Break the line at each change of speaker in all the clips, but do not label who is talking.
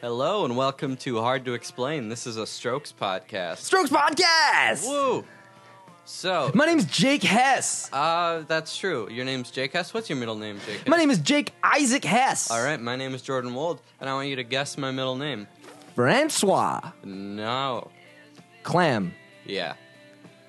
Hello and welcome to Hard to Explain. This is a Strokes podcast.
Strokes Podcast.
Woo! So,
My name's Jake Hess.
uh, that's true. Your name's Jake Hess. What's your middle name, Jake? Hess?
My name is Jake Isaac Hess.
All right, my name is Jordan Wold, and I want you to guess my middle name.
Francois
No.
Clam.
Yeah.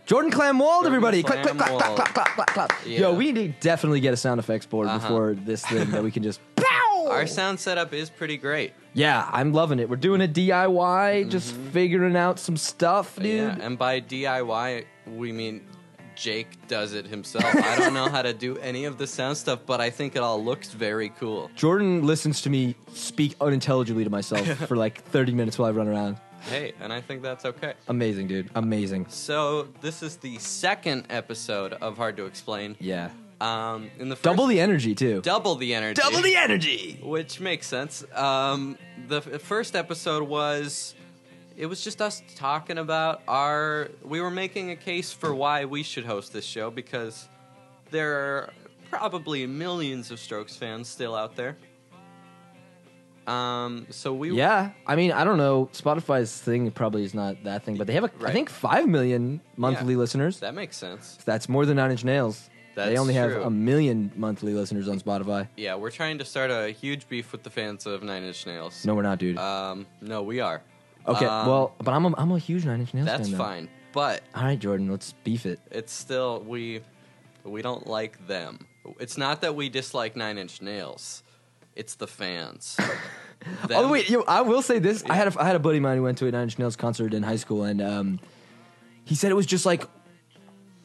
Jordan Clam Wald,
Jordan
everybody. Clap,
Clam
clap, clap, clap,
Wald.
clap, clap, clap, clap.
Yeah.
Yo, we need to definitely get a sound effects board
Uh-huh.
before this thing that we can just pow.
Our sound setup is pretty great.
yeah, I'm loving it. We're doing a DIY, just figuring out some stuff, dude.
Mm-hmm. Yeah, and by DIY, we mean Jake does it himself. I don't know how to do any of the sound stuff, but I think it all looks very cool.
Jordan listens to me speak unintelligibly to myself for like 30 minutes while I run around.
Hey, and I think that's okay.
Amazing, dude. Amazing.
So, this is the second episode of Hard to Explain.
Yeah.
Um, in the first,
Double the energy, too.
double the energy,
energy.
which makes sense. Um, the f- first episode was it was just us talking about our we were making a case for why we should host this show because there are probably millions of Strokes fans still out there. Um, so we
Yeah, I mean, I don't know. Spotify's thing probably is not that thing, but they have, a, I
Right.
think, five million monthly
Yeah.
listeners.
that makes sense.
That's more than Nine Inch Nails. they
That's
only
true.
have a million monthly listeners on Spotify.
Yeah, we're trying to start a huge beef with the fans of Nine Inch Nails.
No, we're not, dude.
um, no, we are.
okay,
Um,
well, but I'm a, I'm a huge Nine Inch Nails fan.
that's
though.
fine, but
All right, Jordan, let's beef it.
it's still we we don't like them. It's not that we dislike Nine Inch Nails. It's the fans.
Oh wait, yo, I will say this.
Yeah.
I had a, I had a buddy of mine who went to a Nine Inch Nails concert in high school, and um, he said it was just like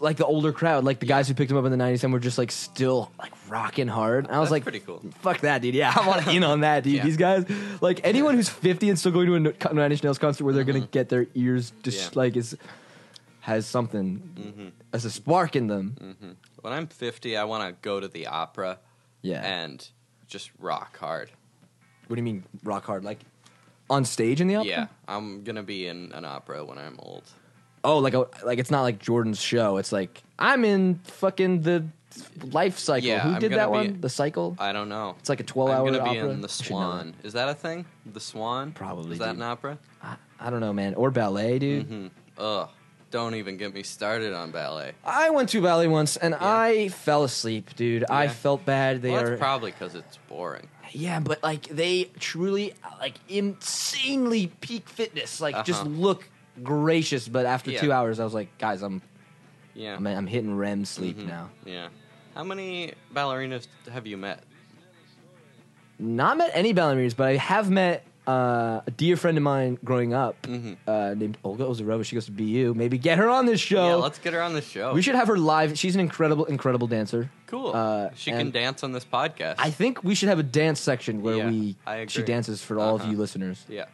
like the older crowd, like the guys who picked him up in the '90s, and were just like still like rocking hard. And I was
That's
like,
pretty cool.
Fuck that, dude. Yeah, I want in on that, dude.
Yeah.
These guys, like anyone who's 50 and still going to a no- co- Nine Inch Nails concert where they're gonna get their ears just
Mm-hmm. Yeah. Mm-hmm.
like is has something as a spark in them.
Mm. when I'm 50, I want to go to the opera
Yeah.
and just rock hard.
what do you mean rock hard? Like on stage in the opera?
Yeah, I'm gonna be in an opera when I'm old.
oh like a, like it's not like jordan's show it's like i'm in fucking the life cycle
Yeah,
who
I'm
did
gonna
that
be-
one the cycle
I don't know.
It's like a 12
I'm
hour
gonna be
opera.
in the
Actually, no.
Swan. Is that a thing? The Swan?
Probably,
Is that
dude.
an opera? Mm-hmm.
I, I don't know man or ballet dude
Ugh. Don't even get me started on ballet.
i went to ballet once and i fell asleep dude i
Yeah.
felt bad they
Well,
are
that's probably because it's boring.
yeah but like they truly like insanely peak fitness like just
Uh-huh.
look gracious but after
Yeah.
two hours i was like guys i'm
Yeah. Mm-hmm.
i'm, I'm hitting rem sleep now
Yeah. How many ballerinas have you met?
not met any ballerinas, but I have met uh, a dear friend of mine growing up
Mm.
uh, named Olga Ozarova. She goes to BU. Maybe get her on this show.
yeah, let's get her on the show.
we should have her live. She's an incredible, incredible dancer.
Cool.
Uh,
she can
and
dance on this podcast.
I think we should have a dance section where
Yeah,
we
I
she
agree.
dances for all of
Uh-huh.
you listeners.
yeah.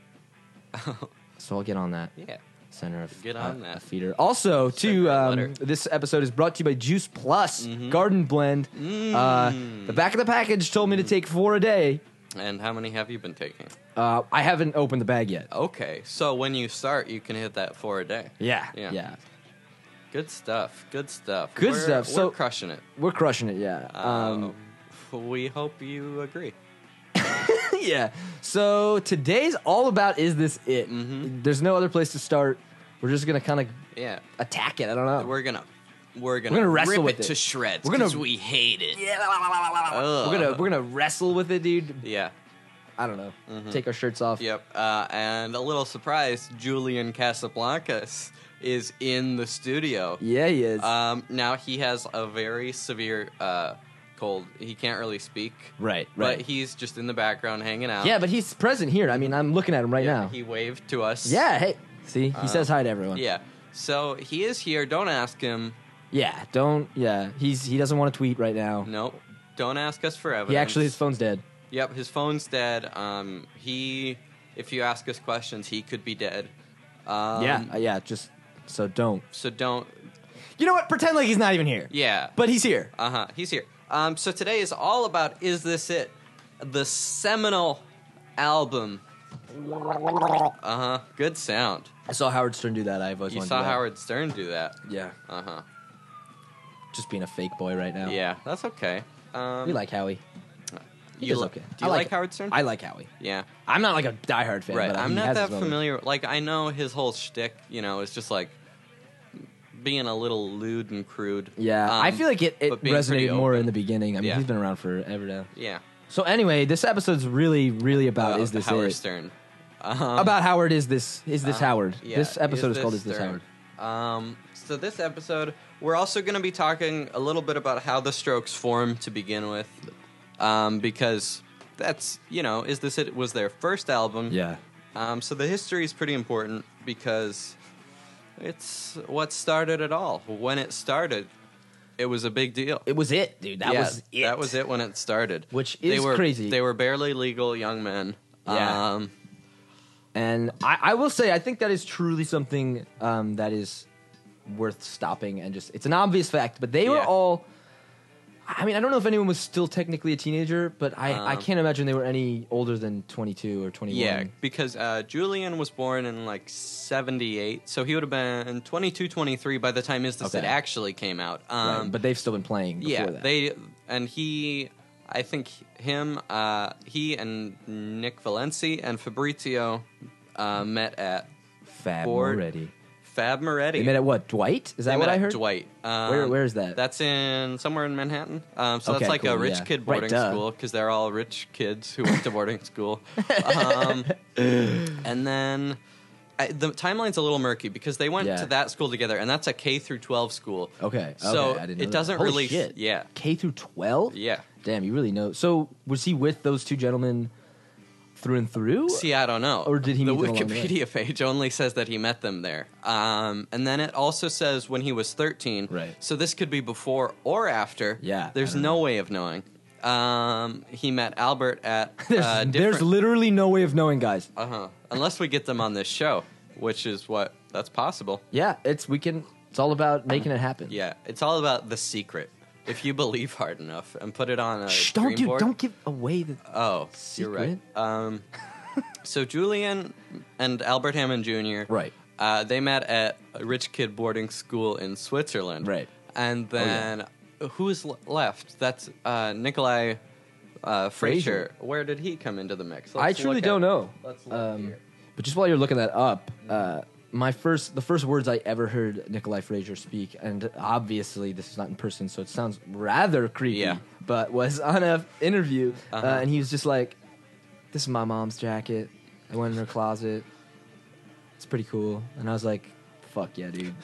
So I'll get on that.
Yeah.
Center of
Get
uh,
on that.
a feeder. Also,
her
too,
a
um,
letter. Mm-hmm.
this episode is brought to you by Juice Plus Garden Blend.
Mm.
Uh, the back of the package told me to take four a day.
And how many have you been taking?
Uh, I haven't opened the bag
Oh.
yet.
Okay. So when you start, you can hit that four a day.
Yeah,
Yeah.
yeah.
Good stuff. Good stuff.
Good
We're-
stuff.
We're
So-
crushing it.
We're crushing it, yeah. Um,
Um, we hope you agree.
yeah. So today's all about is this it?
Mm-hmm.
There's no other place to start. We're just gonna kind of
Yeah.
attack it. I don't know.
We're gonna we're gonna,
Uh, We're gonna wrestle
rip
with
it,
it.
to shreds
We're gonna-
because we hate it.
yeah, la, la, la, la, la, la.
Ugh.
we're gonna we're gonna wrestle with it, dude.
Yeah.
I don't know.
Mm-hmm.
Take our shirts off.
Yep. Uh, and a little surprise, Julian Casablancas is in the studio.
Yeah, he is.
Um, now he has a very severe uh, cold. He can't really speak.
right,
But he's just in the background hanging out.
yeah, but he's present here. I mean, I'm looking at him right
Yeah,
now.
He waved to us.
yeah. Hey, see, he says hi to everyone.
Yeah. So he is here. Don't ask him.
Yeah. Don't. Yeah. He's he doesn't want to tweet right now.
No. Don't ask us for evidence.
He actually his phone's dead.
Yep. His phone's dead. Um, he, if you ask us questions, he could be dead. Um,
yeah. Uh, yeah. Just so don't.
So don't.
You know what? Pretend like he's not even here.
Yeah.
But he's here.
Uh huh. He's here. Um, so today is all about Is This It? The seminal album. Uh huh. Good sound.
I saw Howard Stern do that. I've always
You
wanted
saw
to do that.
Howard Stern do that.
Yeah.
Uh huh.
Just being a fake boy right now.
Yeah, that's okay. Um,
We like Howie. He
You
does
li-
okay.
Do you
I
like,
like
Howard Stern?
I like Howie.
yeah.
I'm not like a diehard fan,
Right.
but uh,
I'm
he
not
has his
that
moments.
familiar. Like I know his whole shtick. You know, it's just like being a little lewd and crude.
Yeah, I
Um,
feel like it, it
but being pretty
resonated more
open.
in the beginning. I mean,
Yeah.
he's been around forever now.
Yeah.
So anyway, this episode's really, really about
Uh,
is this
Howard
it?
Stern? Um,
About Howard is this is this
uh,
Howard?
yeah,
this episode is, called
this
is this
Stern?
Howard?
Um, so this episode, we're also going to be talking a little bit about how the Strokes formed to begin with, um, because that's you know, is this it? Was their first album?
Yeah,
Um, so the history is pretty important because it's what started it all. When it started, it was a big deal.
it was it, dude. That
Yeah,
was it.
That was it when it started.
Which
they
is
were,
crazy.
They were barely legal young men.
Yeah.
Um,
And I, I will say, I think that is truly something um, that is worth stopping and just. It's an obvious fact, but they were
Yeah.
all. I mean, I don't know if anyone was still technically a teenager, but I, I
Um,
can't imagine they were any older than 22 or 21.
yeah, because uh, Julian was born in like 78, so he would have been 22, 23 by the time Is This It
Okay.
actually came out.
Right,
Um,
but they've still been playing. Before
yeah,
that.
they and he, I think him, uh, he and Nick Valenci and Fabrizio uh, met at
Fab
Ford-
Moretti.
Fab Moretti.
They met at what? Dwight? Is that
They
what
met
I
at
heard?
Dwight. Um,
Where- where is that?
That's in somewhere in Manhattan. Um, so
Okay,
that's like
cool,
a rich
yeah.
kid
Right,
boarding
duh.
school because they're all rich kids who went to boarding school. Um, and then I, the timeline's a little murky because they went
Yeah.
to that school together, and that's a K through twelve school.
Okay.
So
okay, I didn't know
it
that.
doesn't
Holy
really.
Shit.
Yeah.
K through 12?
Yeah.
Damn, you really know. So was he with those two gentlemen through and through?
See, uh, I don't know.
Or did he
The
meet them along the way?
Wikipedia page only says that he met them there, um, and then it also says when he was thirteen.
Right.
So this could be before or after.
Yeah, I
There's
don't
no way of knowing. Um, he met Albert at
There's,
uh,
there's
different.
literally no way of knowing, guys.
uh huh. Unless we get them on this show, which is what that's possible.
Yeah, it's we can. It's all about making it happen.
Yeah, it's all about the secret. If you believe hard enough and put it on a
Shh, don't
dream
do.
board-
Don't give away the.
Oh, you're right.
Secret?
Um, so Julian and Albert Hammond Jr.
Right.
Uh, they met at a rich kid boarding school in Switzerland.
Right. Oh,
And then who's l- left? That's uh, Nikolai uh, Frazier.
Frazier.
Where did he come into the mix?
I
Let's
truly
look
don't
at-
know.
Let's look
Um,
here.
but just while you're looking that up, uh, my first, the first words I ever heard Nikolai Frazier speak, and obviously this is not in person, so it sounds rather creepy.
Yeah.
But was on a interview, uh
Uh-huh.
and he was just like, "This is my mom's jacket. I went in her closet. It's pretty cool." And I was like, "Fuck yeah, dude.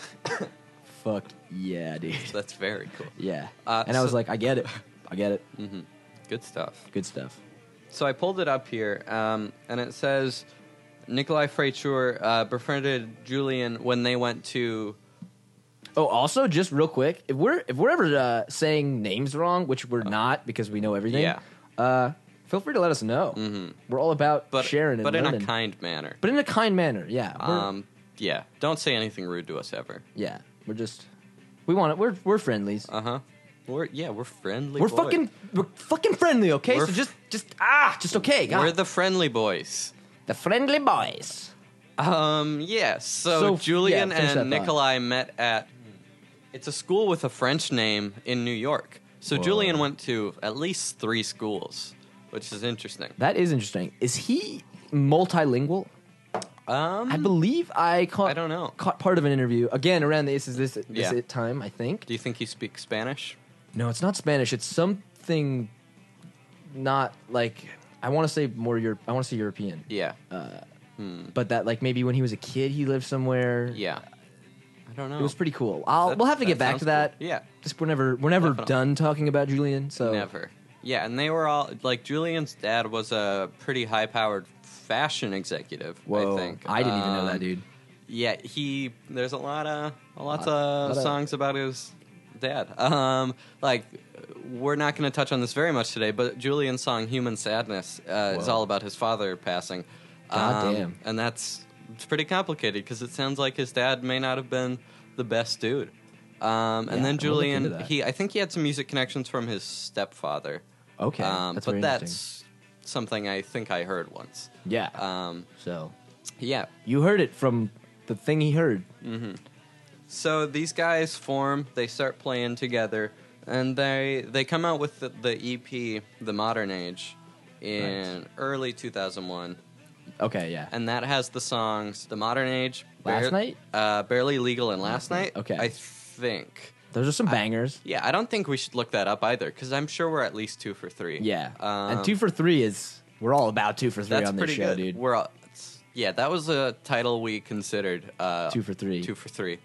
Fuck yeah, dude.
That's very cool.
Yeah."
Uh,
and I was
so-
like, "I get it. I get it.
Good stuff.
Good stuff."
So I pulled it up here, um, and it says Nikolai Frazier uh, befriended Julian when they went to
Oh, also, just real quick, if we're if we're ever uh, saying names wrong, which we're not because we know everything,
Oh. Yeah. Mm-hmm.
uh, feel free to let us know. We're all about
but
sharing and
but in
learning.
a kind manner.
but in a kind manner. Yeah, we're,
Um, yeah, don't say anything rude to us ever.
yeah, we're just we want it. We're we're friendlies.
Uh huh. We're yeah, we're friendly.
we're
boys.
fucking we're fucking friendly. Okay,
We're
so
f-
just just ah, just okay. God.
We're the friendly boys.
the friendly boys.
Um, yeah. So,
So,
Julian
yeah, finish that
and
thought.
Nikolai met at it's a school with a French name in New York. So
Whoa.
Julian went to at least three schools, which is interesting.
That is interesting. Is he multilingual?
Um,
I believe I caught.
I don't know.
Caught part of an interview again around the this is this, this
Yeah.
it time. I think.
do you think he speaks Spanish?
No, it's not Spanish. It's something not like I want to say more Europe. I want to say European,
Yeah.
Uh, but that like maybe when he was a kid he lived somewhere.
yeah. I don't know.
it was pretty cool. I'll
That-
we'll have to get back
sounds
to that.
cool. Yeah.
Just we're never we're never
Definitely.
done talking about Julian. So
Never. Yeah, and they were all like Julian's dad was a pretty high-powered fashion executive.
Whoa,
I think
didn't even know
Um,
that, dude.
Yeah, he. There's a lot of a lot,
Lot-
of
lot of-
songs about his dad. Um, like we're not going to touch on this very much today, but Julian's song "Human Sadness" uh, is
Whoa.
all about his father passing. Um,
Goddamn.
and that's it's pretty complicated because it sounds like his dad may not have been the best dude. Um,
Yeah,
and then
I'm gonna look into
Julian,
that.
he I think he had some music connections from his stepfather.
Okay,
um,
that's
but
very
that's something I think I heard once.
Yeah.
Um,
so
yeah,
you heard it from the thing he heard.
So these guys form, they start playing together, and they they come out with E the, the EP, The Modern Age, in early 2001,
Okay, yeah.
and that has the songs "The Modern Age,"
Last Night?
uh, "Barely Legal," and "Last Night."
Okay.
I think.
Those are some bangers.
Yeah, I don't think we should look that up either, because I'm sure we're at least two for three.
Yeah.
um,
and two for three is we're all about two for three
That's
on this
pretty
show,
good.
dude.
We're all, it's- yeah, that was a title we considered. Uh,
Two for three.
Two for three.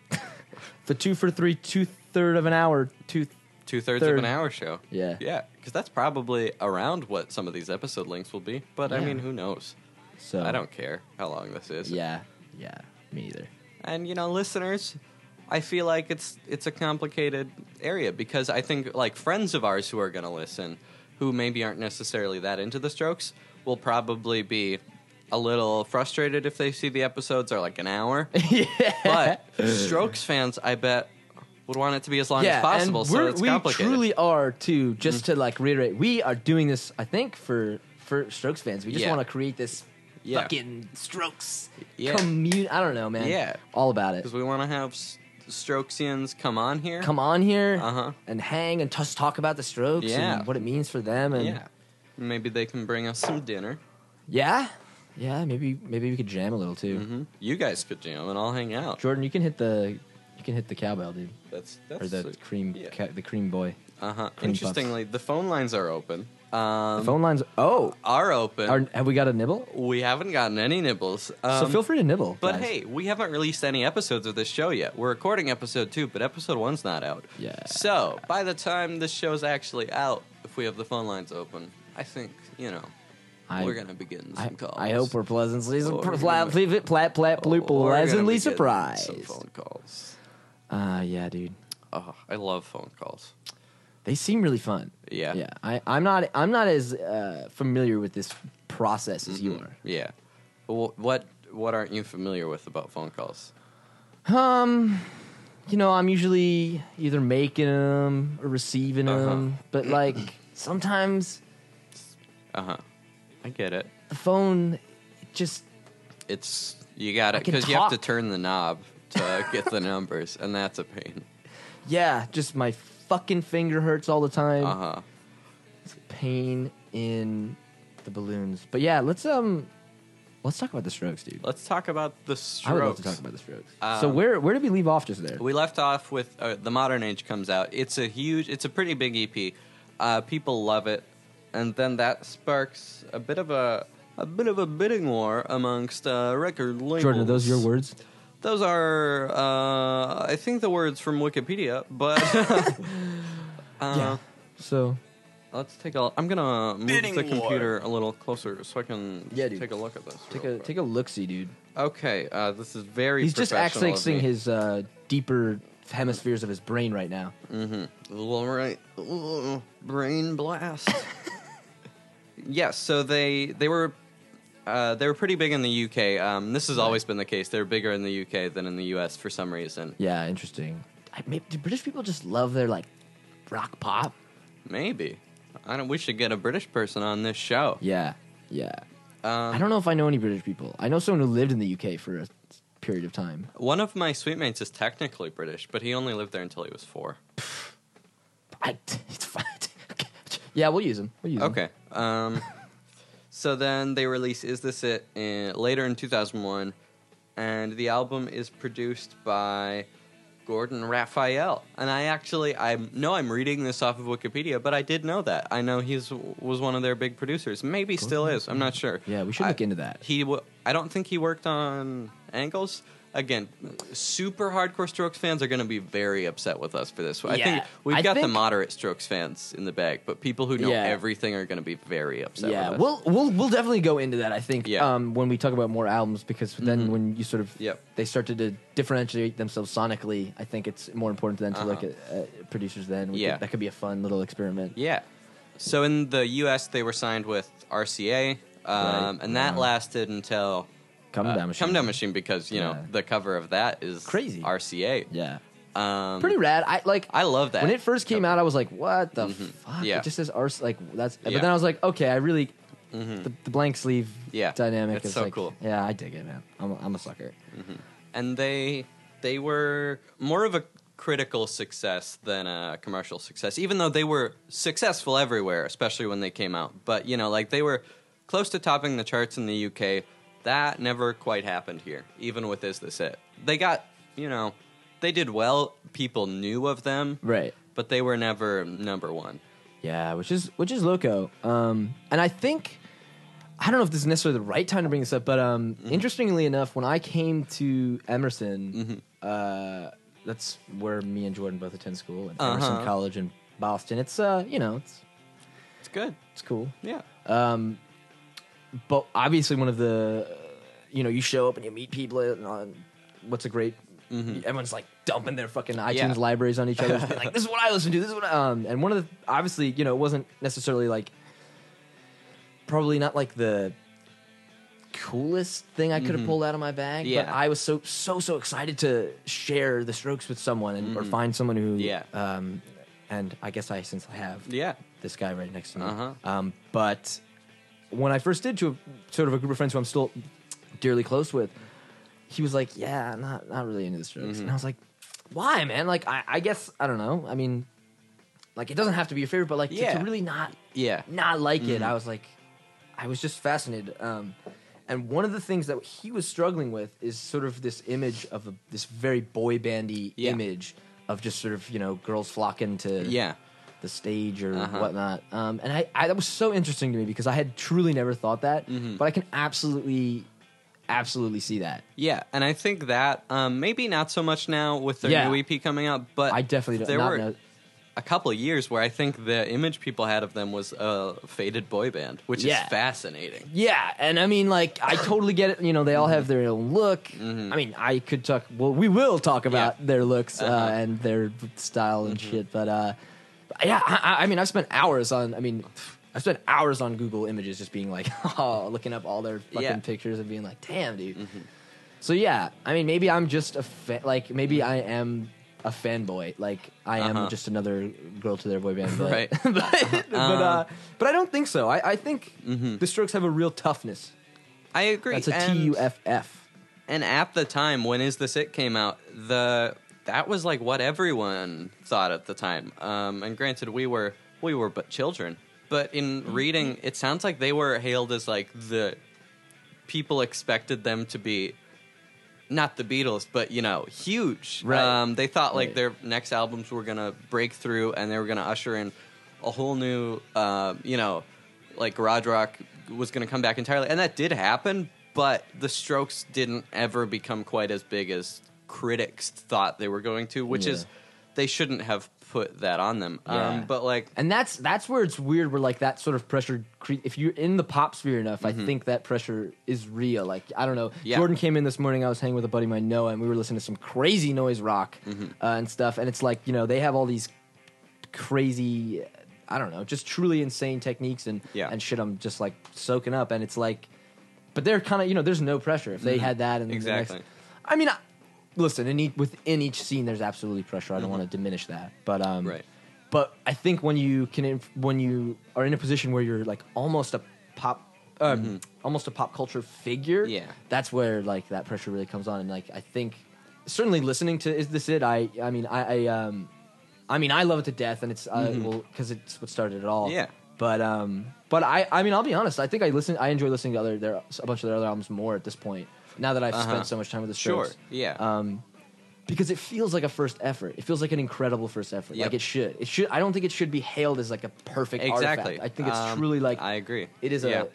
the two for three, two third of an hour, two
Two thirds
Third.
of an hour show.
Yeah.
yeah, because that's probably around what some of these episode links will be. But I
Yeah.
mean, who knows?
so
I don't care how long this is.
Yeah. Yeah. Me either.
and you know listeners i feel like it's it's a complicated area because i think like friends of ours who are going to listen who maybe aren't necessarily that into the strokes will probably be a little frustrated if they see the episodes are like an hour but strokes fans i bet would want it to be as long as possible
and
so
we're-
it's
we
complicated Mm-hmm.
truly are too. Just to like reiterate, we are doing this. I think for for Strokes fans, we just
Yeah.
want to create this
Yeah.
fucking Strokes
Yeah.
community. I don't know, man.
Yeah.
all about it.
because we want to have s- strokesians come on here
Come on here
Uh-huh.
and hang and just talk about the Strokes
Yeah.
and what it means for them. And
yeah maybe they can bring us some dinner
yeah, Yeah, Maybe maybe we could jam a little too.
hmm you guys could jam and i'll hang out
Jordan, you can hit the you can hit the cowbell, dude,
that's that's
or the
sweet.
cream
Yeah.
ca- the cream boy.
Uh huh.
Cream puffs.
Interestingly, the phone lines are open. Um,
Phone lines. Oh,
are open.
are, have we got a nibble?
we haven't gotten any nibbles. Um,
so feel free to nibble.
But
guys.
hey, we haven't released any episodes of this show yet. We're recording episode two, but episode one's not out.
Yeah.
So by the time this show's actually out, if we have the phone lines open, I think you know
I-
we're gonna be getting some
I,
calls.
I hope we're pleasantly
Oh,
pl-
we're
plat,
gonna
plat, plat, plat,
Oh, We're
ploop,
gonna be
pleasantly
getting
surprised.
Some phone calls.
Uh, yeah, dude,
Oh, I love phone calls.
they seem really fun.
Yeah.
yeah. I, I'm not. I'm not as uh, familiar with this process as you are.
Mm-hmm. Yeah. Well, what what aren't you familiar with about phone calls?
Um, you know, I'm usually either making them or receiving
Uh-huh.
them, but like sometimes
Uh huh. I get it.
the phone it just
It's you got it
can
because you have to
talk.
turn the knob to get the numbers, and that's a pain.
yeah, just my fucking finger hurts all the time.
Uh huh.
Pain in the balloons. But yeah, let's um, let's talk about the Strokes, dude.
Let's talk about the
I
strokes.
would love to talk about the Strokes. so
Um,
where where did we leave off just there?
we left off with uh, the modern age comes out. It's a huge. It's a pretty big EP. Uh, people love it, and then that sparks a bit of a a bit of a bidding war amongst uh, record labels.
Jordan, are those your words?
Those are, uh, I think, the words from Wikipedia. But uh,
So
Let's take a. I'm gonna move
Bidding
the
war.
computer a little closer so I can
Yeah, dude.
take a look at this.
take
real
a
quick.
take a look see, dude.
Okay, uh, this is very.
He's just
professional of
accessing
me.
his uh, deeper hemispheres of his brain right now.
All right, Ugh, brain blast. yes, so they they were uh, they were pretty big in the UK. Um, this has always been the case. They're bigger in the UK than in the US for some reason.
Yeah, interesting. I, maybe, do British people just love their like rock pop?
Maybe. I don't. We should get a British person on this show.
Yeah, yeah.
Um,
I don't know if I know any British people. I know someone who lived in the UK for a period of time.
One of my sweet mates is technically British, but he only lived there until he was four.
I, it's fine. yeah, we'll use him. We'll use 'em.
Okay. Um, so then they release "Is This It" in, later in 2001, and the album is produced by Gordon Raphael. And I actually, I know I'm reading this off of Wikipedia, but I did know that. I know he's was one of their big producers. Maybe still is. I'm not sure.
Yeah, we should
I-
look into that.
He, w- I don't think he worked on Angles. Again, super hardcore Strokes fans are going to be very upset with us for this. I think
Yeah.
we've
I
got the
think-
moderate Strokes fans in the bag, but people who know
Yeah.
everything are going to be very upset.
yeah,
with us.
we'll we'll we'll definitely go into that. I think
Yeah. Mm-hmm.
um, when we talk about more albums, because then when you sort of
Yep.
they started to differentiate themselves sonically, I think it's more important then to look
Uh-huh.
at uh, producers. Then We
Yeah.
could- that could be a fun little experiment.
Yeah. So in the U.S., they were signed with RCA, um,
Right.
and that
Uh-huh.
lasted until
Come
uh,
down, machine.
Come Down Machine because you know
Yeah.
the cover of that is
Crazy.
RCA.
Yeah,
Um,
pretty rad. I like.
I love that
when it first came
cover.
out, I was like, "What the fuck?"
Yeah.
It just says "arse." Like that's.
Yeah. Mm-hmm.
But then I was like, "Okay, I really." The, the blank sleeve
Yeah.
dynamic
It's
is
so
like,
cool. Mm-hmm.
Yeah, I dig it, man. I'm a, I'm a sucker.
and they they were more of a critical success than a commercial success, even though they were successful everywhere, especially when they came out. But you know, like they were close to topping the charts in the UK. That never quite happened here, even with Is This It? They got, you know, they did well. People knew of them,
Right.
but they were never number one.
Yeah, which is which is loco. Um, and I think I don't know if this is necessarily the right time to bring this up, but um,
Mm-hmm.
interestingly enough, when I came to Emerson,
Mm-hmm.
uh, that's where me and Jordan both attend school at
Uh-huh.
Emerson College in Boston. It's uh, you know, it's
It's good.
it's cool,
Yeah.
but obviously one of the uh, you know you show up and you meet people and on what's a great. Everyone's like dumping their fucking iTunes
Mm-hmm. Yeah.
libraries on each other. Just being like, this is what I listen to. This is what. I, um, and one of the obviously, you know, it wasn't necessarily like probably not like the coolest thing I could have pulled out of my bag. But
Mm-hmm. Yeah.
I was so so so excited to share the strokes with someone and, or find someone who
Mm-hmm. Yeah.
Um, and I guess I since I have
Yeah.
this guy right next to me.
Uh-huh.
Um, but when I first did to a, sort of a group of friends who I'm still dearly close with, he was like, "Yeah, not not really into the Strokes,"
Mm-hmm.
and I was like, "Why, man? Like, I, I guess I don't know. I mean, like, it doesn't have to be your favorite, but like, to- to,
Yeah. Mm-hmm.
really not
Yeah.
not like it, I was like, I was just fascinated. Um, and one of the things that he was struggling with is sort of this image of a, this very boy bandy
Yeah.
image of just sort of you know girls flocking to
Yeah.
the stage or
Uh-huh.
whatnot. Um, and I, I that was so interesting to me because I had truly never thought that,
Mm-hmm.
but I can absolutely, absolutely see that.
Yeah, and I think that um, maybe not so much now with their
Yeah.
new EP coming out, but
I definitely don't
there
not
were
know.
a couple of years where I think the image people had of them was a faded boy band, which
Yeah.
is fascinating.
Yeah, and I mean, like, I totally get it. You know, they all have their own look. I mean, I could talk. Well, we will talk about
Mm-hmm. Yeah.
their looks uh,
Uh-huh. Mm-hmm.
and their style and shit. But uh, yeah, I, I- I mean, I've spent hours on. I mean, I spent hours on Google Images, just being like, oh, looking up all their fucking
Yeah. Mm-hmm.
pictures and being like, damn, dude. So yeah, I mean, maybe I'm just a fa- like, maybe I am a fanboy. Like, I am
Mm-hmm. Uh-huh.
just another girl to their boy band. But,
Right.
but, but, uh, but I don't think so. I, I think the Strokes have a real toughness.
I agree.
That's a
and-
T U F F.
And at the time when Is This It came out, the that was like what everyone thought at the time. Um, and granted, we were we were but children, but in reading, it sounds like they were hailed as like the people expected them to be. Not the Beatles, but you know, huge.
Right.
Um, they thought like
Right.
their next albums were gonna break through, and they were gonna usher in a whole new, uh, you know, like garage rock was going to come back entirely, and that did happen. But the Strokes didn't ever become quite as big as critics thought they were going to, which
Yeah.
is they shouldn't have put that on them.
Yeah.
Um, but like,
And that's that's where it's weird. Where like that sort of pressure. Cre- if you're in the pop sphere enough, I think that pressure is real. Like I don't know.
Mm-hmm. Yeah.
Jordan came in this morning. I was hanging with a buddy of mine, Noah, and we were listening to some crazy noise rock
Mm-hmm.
uh, and stuff. And it's like you know they have all these crazy, I don't know, just truly insane techniques and
Yeah.
and shit. I'm just like soaking up, and it's like, but they're kind of you know there's no pressure if they had that and The
Mm-hmm. Exactly.
next, I mean, I, listen, in each, within each scene, there's absolutely pressure. I don't want to diminish that, but um,
Mm-hmm. Right.
But I think when you can, inf- when you are in a position where you're like almost a pop, um, almost a pop culture figure,
Mm-hmm. Yeah.
that's where like that pressure really comes on. And like I think, certainly listening to "Is This It?" I, I mean, I, I um, I mean, I love it to death, and it's uh, well because it's what started it all.
Mm-hmm. Yeah.
But um, but I, I mean, I'll be honest. I think I listen, I enjoy listening to other their a bunch of their other albums more at this point. Now that I've
Uh-huh.
spent so much time with the
sure,
Strokes,
yeah,
um, because it feels like a first effort. It feels like an incredible first effort.
Yep.
Like it should. It should. I don't think it should be hailed as like a perfect
exactly.
artifact. I think it's
Um,
truly like
I agree.
it is
Yeah.
a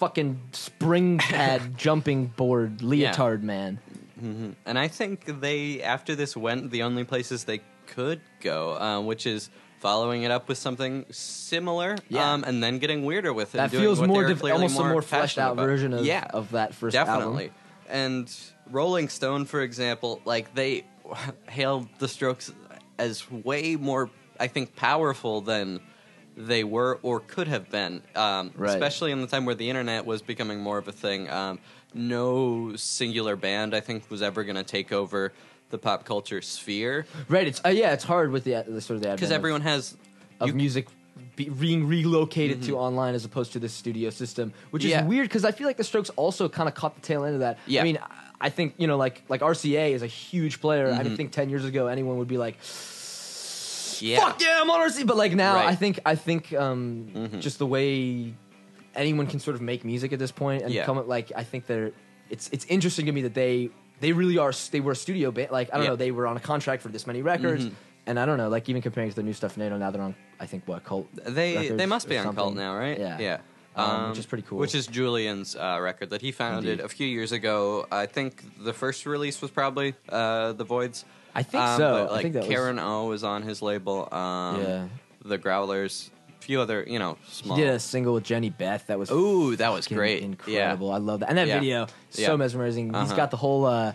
fucking spring pad jumping board leotard man.
and I think they after this went the only places they could go, um, which is following it up with something similar,
Yeah.
um, and then getting weirder with it.
That
and doing
feels
what they
more
were
diff-
clearly
almost a more fleshed
passionate
out
about.
version of,
yeah,
of that first
definitely.
album.
And Rolling Stone, for example, like they hailed the Strokes as way more, I think, powerful than they were or could have been, um,
Right.
especially in the time where the internet was becoming more of a thing. Um, no singular band, I think, was ever going to take over the pop culture sphere
Right. It's uh, yeah. It's hard with the, the sort of the advent
because
of-
everyone has.
of
you- Mm-hmm.
music be, being relocated to online as opposed to the studio system, which is
Yeah.
weird because I feel like the Strokes also kind of caught the tail end of that. I
Yeah.
mean, I- I think you know, like like RCA is a huge player. I
Mm-hmm.
think ten years ago, anyone would be like,
yeah.
"Fuck yeah, I'm on RCA." But like now,
Right. Mm-hmm.
I think I think um, just the way anyone can sort of make music at this point and
Yeah.
come up, like I think they're it's it's interesting to me that they they really are s- they were a studio band. Like I don't
Yeah. Mm-hmm.
know, they were on a contract for this many records. And I don't know, like even comparing to the new stuff, NATO now they're on, I think what cult
They they
Records
must be
or
on Cult
something.
now, right?
Yeah.
Yeah.
Um, which is pretty cool.
Which is Julian's uh, record that he founded
Indeed.
a few years ago. I think the first release was probably uh, The Voids.
I think
Um,
so.
But, like
I think that was-
Karen O is on his label. Um,
Yeah.
The Growlers, few other you know small.
He did a single with Jenny Beth that was
Ooh, that was
fucking
great.
incredible. I love that, and that
Yeah.
video so
Yeah.
mesmerizing. He's
Uh-huh.
got the whole uh,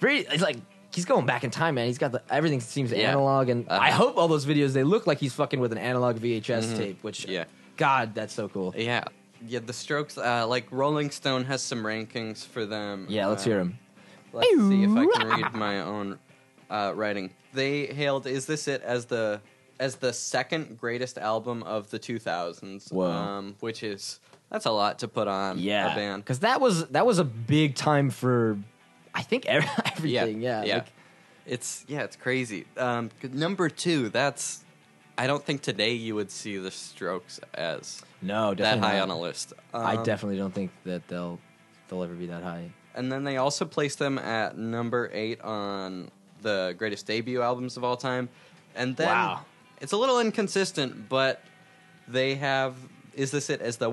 very it's like he's going back in time, man. He's got the everything seems
Yeah.
analog, and
Uh-huh. Mm-hmm.
I hope all those videos they look like he's fucking with an analog VHS tape. Which
Yeah.
God, that's so cool.
Yeah. Yeah. Yeah, the Strokes, uh, like Rolling Stone has some rankings for them.
Yeah, let's
Uh,
hear him.
Let's see if I can read my own uh, writing. They hailed "Is This It" as the as the second greatest album of the 2000s.
Whoa.
Um, which is that's a lot to put on
Yeah,
a band.
because that was that was a big time for I think ev- everything. Yeah,
yeah.
Like,
It's yeah, it's crazy. Um, c- number two, that's I don't think today you would see the Strokes as
no,
that
definitely
high
not.
on a list.
I
Um,
definitely don't think that they'll they'll ever be that high.
And then they also placed them at number eight on the greatest debut albums of all time. And then
Wow.
it's a little inconsistent, but they have is this it as the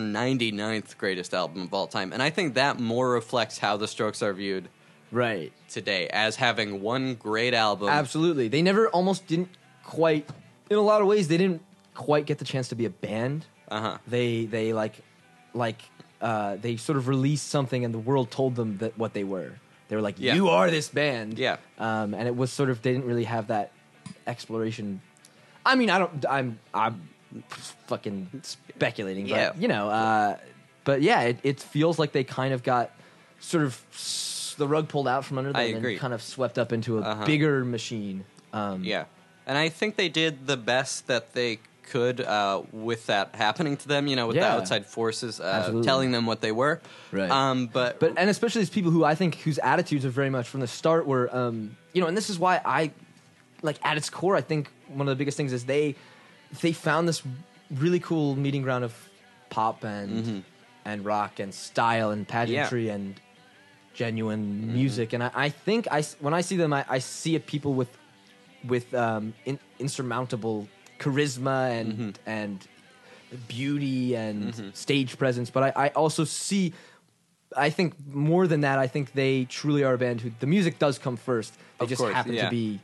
199th greatest album of all time. And I think that more reflects how the Strokes are viewed
Right.
today as having one great album.
Absolutely. They never almost didn't quite in a lot of ways they didn't quite get the chance to be a band.
Uh-huh.
They they like like uh they sort of released something and the world told them that what they were. They were like
Yeah.
you are this band.
Yeah.
Um and it was sort of they didn't really have that exploration. I mean, I don't I'm I'm fucking speculating,
Yeah.
but you know, uh but yeah, it, it feels like they kind of got sort of s- the rug pulled out from under them
I
and
agree.
kind of swept up into a
Uh-huh.
bigger machine. Um,
Yeah. And I think they did the best that they could uh, with that happening to them, you know, with
Yeah.
the outside forces uh,
Absolutely.
telling them what they were.
Right.
Um, but
But and especially these people who I think whose attitudes are very much from the start were, um, you know, and this is why I, like at its core, I think one of the biggest things is they, they found this really cool meeting ground of pop and and rock and style and pageantry and genuine music. And I, I think I s- when I see them, I, I see it people with with um, in, insurmountable charisma and
Mm-hmm.
and beauty and stage presence. But I, I also see, I think more than that, I think they truly are a band who the music does come first. They
Of
just
course,
happen
yeah.
to be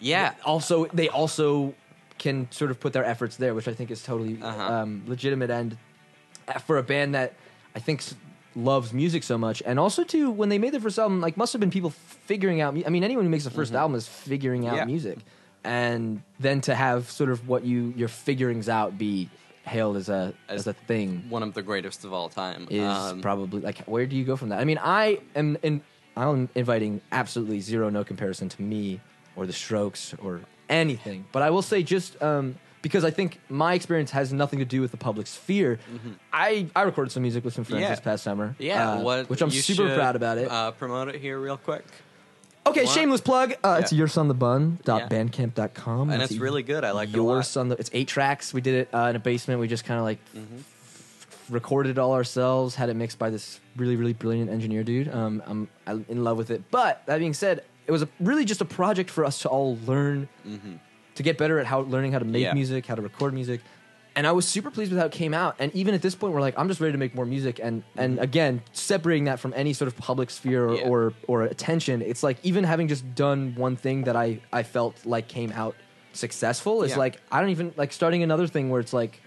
yeah,
also they also can sort of put their efforts there, which I think is totally
Uh-huh.
um, legitimate and uh, for a band that I think s- loves music so much, and also too when they made their first album, like must have been people figuring out. mu- I mean, anyone who makes a 1st album is figuring out
Mm-hmm. Yeah.
music, and then to have sort of what you your figurings out be hailed as a as,
As-
a thing
one of the greatest of all time.
is
Um,
probably like where do you go from that? I mean, I am in. I'm inviting absolutely zero, no comparison to me or the Strokes or anything. But I will say just um, because I think my experience has nothing to do with the public sphere. I I recorded some music with some friends
Mm-hmm. Yeah.
this past summer.
yeah,
uh,
what,
which I'm
you
super
should,
proud about it.
Uh, promote it here real quick,
okay,
what?
shameless plug. Uh, It's
Yeah.
yoursonthebun.bandcamp.com
and it's really good. I like it a
your
lot.
son. It's eight tracks. We did it uh, in a basement. We just kind of like f-
Mm-hmm.
recorded it all ourselves. Had it mixed by this really really brilliant engineer dude. Um, I'm, I'm in love with it. But that being said, it was a, really just a project for us to all learn to get better at how learning how to make
Mm-hmm. Yeah.
music, how to record music. And I was super pleased with how it came out. And even at this point, we're like, I'm just ready to make more music. And and again, separating that from any sort of public sphere or,
Mm-hmm. Yeah.
or or attention, it's like even having just done one thing that I I felt like came out successful is
Yeah.
like I don't even like starting another thing where it's like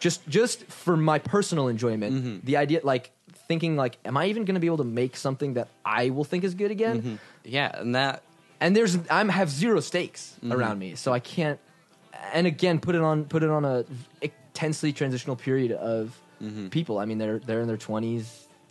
just just for my personal enjoyment
Mm-hmm.
the idea like thinking like am i even going to be able to make something that i will think is good again
Mm-hmm. Yeah, and that
and there's i'm have zero stakes
Mm-hmm.
around me so i can't and again put it on put it on a intensely transitional period of
Mm-hmm.
people i mean they're they're in their 20s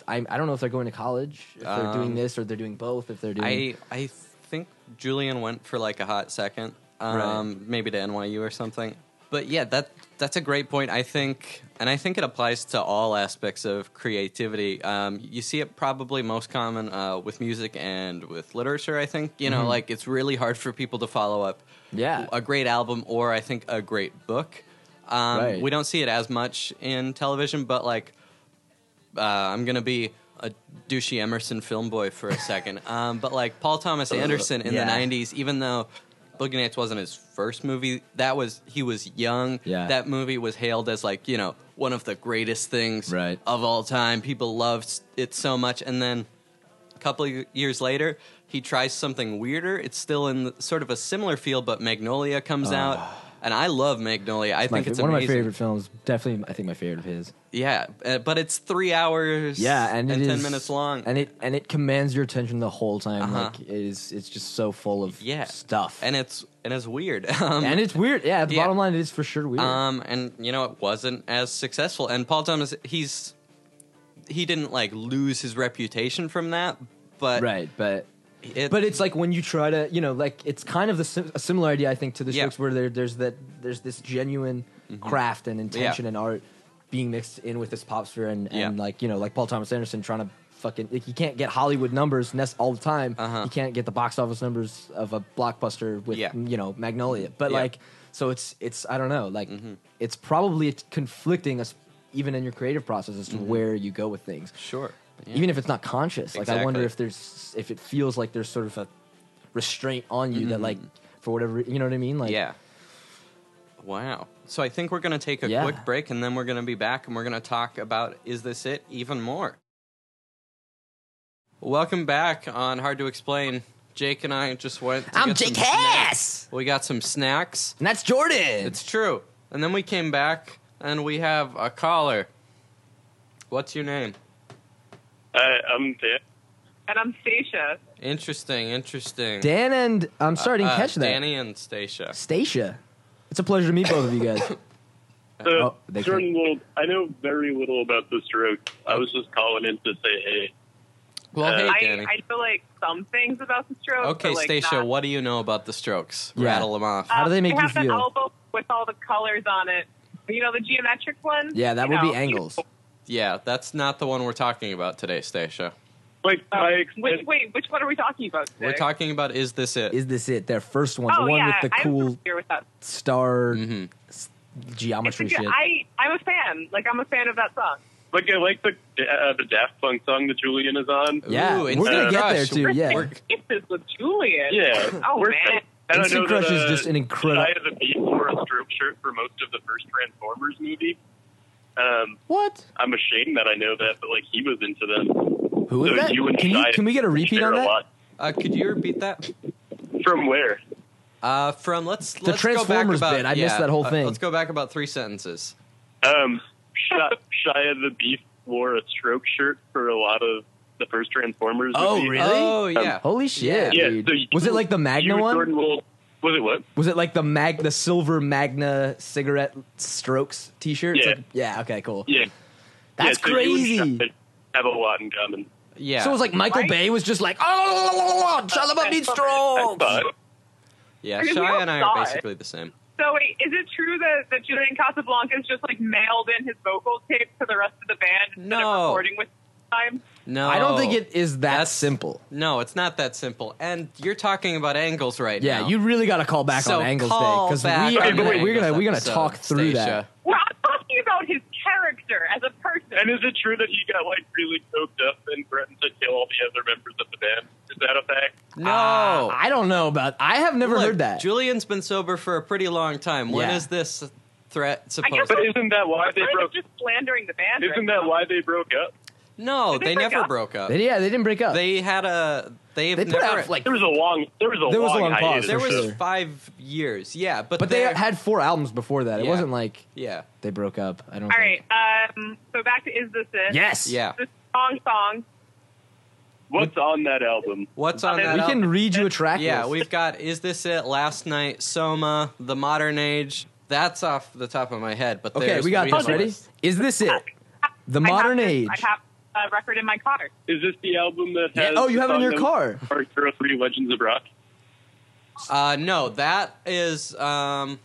I, I don't know if they're going to college if they're doing
Um,
this or they're doing both if they're doing
I I think Julian went for like a hot second, um,
Right.
maybe to NYU or something. But yeah, that that's a great point. I think, and I think it applies to all aspects of creativity. Um, you see it probably most common uh, with music and with literature. I think you know,
Mm-hmm.
like it's really hard for people to follow up
Yeah.
a great album or I think a great book. Um,
Right.
We don't see it as much in television, but like, uh, I'm gonna be a douchey Emerson film boy for a second. um, but like Paul Thomas Anderson in
Uh, yeah.
the '90s, even though Boogie Nights wasn't his first movie, that was he was young.
Yeah.
That movie was hailed as like you know one of the greatest things
Right.
of all time. People loved it so much, and then couple y- years later, he tries something weirder. It's still in the, sort of a similar field, but Magnolia comes out, and I love Magnolia. I
Ah. My
think
fa-
it's
one
amazing.
of my favorite films. Definitely, I think my favorite of his.
Yeah, uh, but it's three hours.
Yeah, and, it
ten
is-
minutes long.
and it and it commands your attention the whole time.
Uh-huh.
Like it is, it's just so full of
yeah,
stuff,
and it's and it's weird. Um,
and it's weird. Yeah, at the
Yeah.
bottom line, it is for sure weird.
Um, and you know, it wasn't as successful. And Paul Thomas, he's he didn't like lose his reputation from that, but
right, but
it,
but it's like when you try to, you know, like it's kind of the sim- a similar idea I think to the
Yeah. Mm-hmm.
Strokes, where there, there's that there's this genuine craft and intention and art being mixed in with this pop sphere, and, and
Yeah.
like you know, like Paul Thomas Anderson trying to fucking like, you can't get Hollywood numbers nest all the time.
Uh-huh.
You can't get the box office numbers of a blockbuster with
Yeah.
you know Magnolia, but
Yeah. Mm-hmm.
like so it's it's I don't know like it's probably it's conflicting us even in your creative process as to
Mm-hmm.
where you go with things
sure. Yeah.
even if it's not conscious. Like I wonder
Exactly.
if there's if it feels like there's sort of a restraint on you that like for whatever you know what I mean. Like
Mm-hmm. yeah. Wow. So I think we're going to take a
Yeah.
quick break and then we're going to be back and we're going to talk about Is This It even more. Welcome back on Hard to Explain. Jake and I just went. to
I'm
get some
Jake
snacks.
Hess!
We got some snacks.
and that's Jordan.
It's true. And then we came back and we have a caller. What's your name?
Uh, I'm Dan.
And I'm Stacia.
Interesting, interesting.
Dan and I'm sorry I didn't
Uh,
catch that.
Danny and Stacia.
Uh,
Stacia, it's a pleasure to meet both of you guys.
So,
Oh, they
Jordan Little, I know very little about the stroke. I was just calling in to say, hey,
Well,
Uh,
hey,
I,
Danny.
I feel like some things about the stroke.
okay,
but, like,
Stacia,
not-
what do you know about the strokes?
Yeah.
Rattle them off.
Um,
How do they make you
they have
feel?
The elbow with all the colors on it. You know the geometric one.
Yeah, that
You
would be
know,
angles.
Yeah, that's not the one we're talking about today, Stacia.
like, I
Which,
extend,
wait, which one are we talking about? Today?
We're talking about is this it?
Is this it? Their first one,
Oh
the one
yeah,
with the
I'm
cool
familiar with that.
star
Mhm.
s-
It's a
geometry
good-
shit.
I I'm a fan. Like I'm a fan of that song.
like, I like the uh, the Daft Punk song that Julian is on.
yeah,
Ooh,
we're gonna
Instant
get there
Crush.
too. Yeah,
We're-
Kisses with Julian.
Yeah.
Oh
We're-
man.
I don't
Instant
know
Crush
that,
is
uh,
just an incredible.
I had the beat for a stroke shirt for most of the first Transformers movie. Um,
What?
I'm ashamed that I know that, but like he was into them.
Who is
So
that?
you and
Can you
Shia
can we get a repeat
share
on
a
that?
lot.
Uh, could you repeat that?
From where?
Uh, from let's
The
let's
Transformers
go back about,
bit, I missed
yeah,
that whole
uh,
thing.
let's go back about three sentences.
Um, Shia, Shia the Beef wore a stroke shirt for a lot of the first Transformers.
Oh,
movie.
really?
Oh yeah.
Holy shit!
Yeah,
dude.
so you-
was it like the Magna
you,
one?
Jordan Wolf- was it what?
Was it like the mag, the silver Magna cigarette strokes T-shirt? It's
Yeah.
like- yeah. Okay. Cool.
Yeah,
That's
yeah, so
crazy.
You and Shia have a lot in common.
Yeah.
So it was like Michael
Right?
Bay was just like, oh, la, la, la, la, Chalaba needs strokes.
But
yeah.
I mean, we
Shia
all
and I
saw
are
it.
basically the same.
So wait, is it true that that Julian Casablancas just like mailed in his vocal tape to the rest of the band instead
No.
of recording with time?
No,
I don't think it is that
Oh, That's-
simple.
No, it's not that simple. And you're talking about angles right
Yeah,
now.
you really got to call back
So
on Angles Day
call
because we
back
are,
on the
we're, we're
Angles
gonna we're gonna
episode,
talk through
Stacia.
that.
Well, I'm talking about his character as a person.
and is it true that he got like really coked up and threatened to kill all the other members of the band? Is that a fact?
No.
Uh, I don't know about. I have never
Ah. Look,
heard that.
Julian's been sober for a pretty long time. When
Yeah.
is this threat supposed?
But isn't that why they
Kind of
broke?
just slandering the band.
Isn't
right
that
now.
why they broke up?
no,
Did
they,
they break
never
up?
broke up.
They- yeah, they didn't break up.
They had a. They've
They put
never
out like,
There was a long. There was a
There was
long,
a long pause,
hiatus.
There
for
was
sure.
five years. Yeah, but
but they
they're-
had four albums before that. It
Yeah.
wasn't like
Yeah,
they broke up. I don't.
All
think.
right. Um, so back to is this it?
Yes.
yeah.
This song song.
What's on that album?
What's on
We
that?
We
album?
can read you a track.
Yeah,
list.
we've got Is This It, Last Night, Soma, The Modern Age. That's off the top of my head, but
Okay,
there's-
we got
have
this.
a
Ready?
list.
Is this it? The
I have
modern
this-
age.
I have a record in my car.
Is this the album that
Yeah,
has?
oh, you
the
have it in
song
your
that-
car.
Part Zero Three Legends of Rock.
Uh, no, that is um,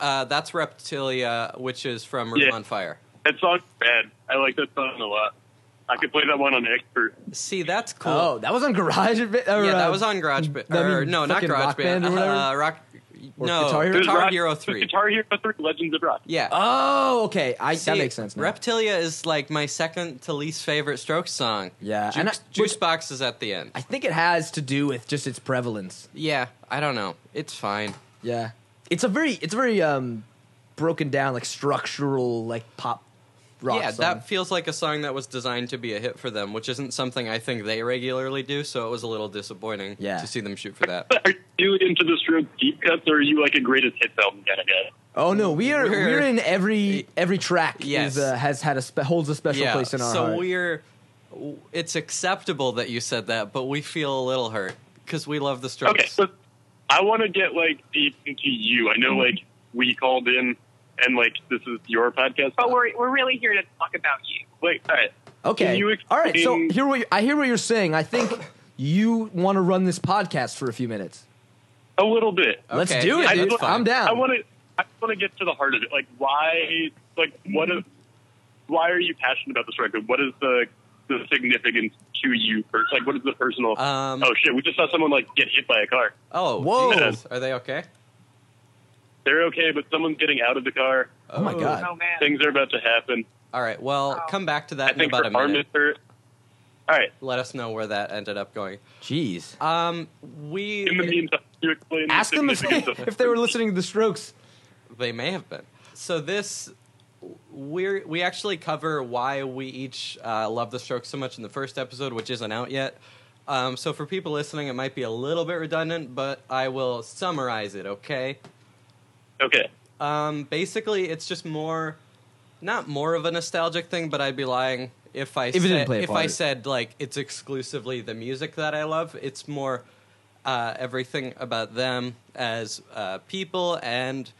uh, that's Reptilia, which is from Room
Yeah.
on Fire.
That song's bad. I like that song a lot. I could play that one on expert.
See, that's cool.
Oh, that was on Garage. Band- Or,
yeah, that
uh,
was on Garage Band.
I mean,
Or, no, not
fucking
Garage
Rock Band or whatever?
uh, rock.
Or
no,
Guitar Hero?
Guitar,
There's Rock-
Hero
there's
Three.
Guitar Hero Three: Legends of Rock.
yeah.
Oh, okay. I, that
See,
makes sense. Now.
Reptilia is like my second to least favorite Strokes song.
Yeah,
Juke,
and I-
Juice
which-
Box is at the end.
I think it has to do with just its prevalence.
yeah, I don't know. It's fine.
Yeah, it's a very it's a very um broken down like structural like pop rock.
yeah,
song.
that feels like a song that was designed to be a hit for them, which isn't something I think they regularly do. So it was a little disappointing
Yeah.
to see them shoot for that.
Are you into the stroke deep cuts, or are you like a greatest hits album kind of guy?
Oh no, we are
We're-
we're, in every every track
Yes.
is, uh, has had a spe- holds a special
yeah,
place in our
so
heart.
we're. It's acceptable that you said that, but we feel a little hurt because we love the Strokes.
Okay, so I want to get like deep into you. I know
Mm-hmm.
like we called in, and like this is your podcast.
Oh,
But we're, we're really here to talk about you.
like, all right,
okay,
Can you
all right. So
explain-
here what you- I hear what you're saying. I think you want to run this podcast for a few minutes.
a little bit.
Let's
Okay,
do it,
yeah,
dude.
that's fine.
I'm down.
I want to. I want to get to the heart of it. Like, why? Like, what? Is, why are you passionate about this record? What is the the significance to you? Per, like, what is the personal?
Um,
oh shit! We just saw someone like get hit by a car.
Oh,
Whoa.
Jesus. Are they okay?
They're okay, but someone's getting out of the car.
Oh my God.
Oh, man.
Things are about to happen.
All right. Well,
Oh.
come back to
I
that in
think
about
her
a
arm
minute.
is hurt. All right.
Let us know where that ended up going.
Jeez.
Um, we
In the meantime, you explain.
Uh, Ask
the
them if they,
significance of-
if they were listening to the Strokes.
they may have been. So this we we actually cover why we each uh, love the Strokes so much in the first episode, which isn't out yet. Um, so for people listening, it might be a little bit redundant, but I will summarize it. Okay.
Okay.
Um, basically, it's just more, not more of a nostalgic thing, but I'd be lying if I
it
said,
didn't play a
if I
part.
said like it's exclusively the music that I love. It's more uh, everything about them as uh, people and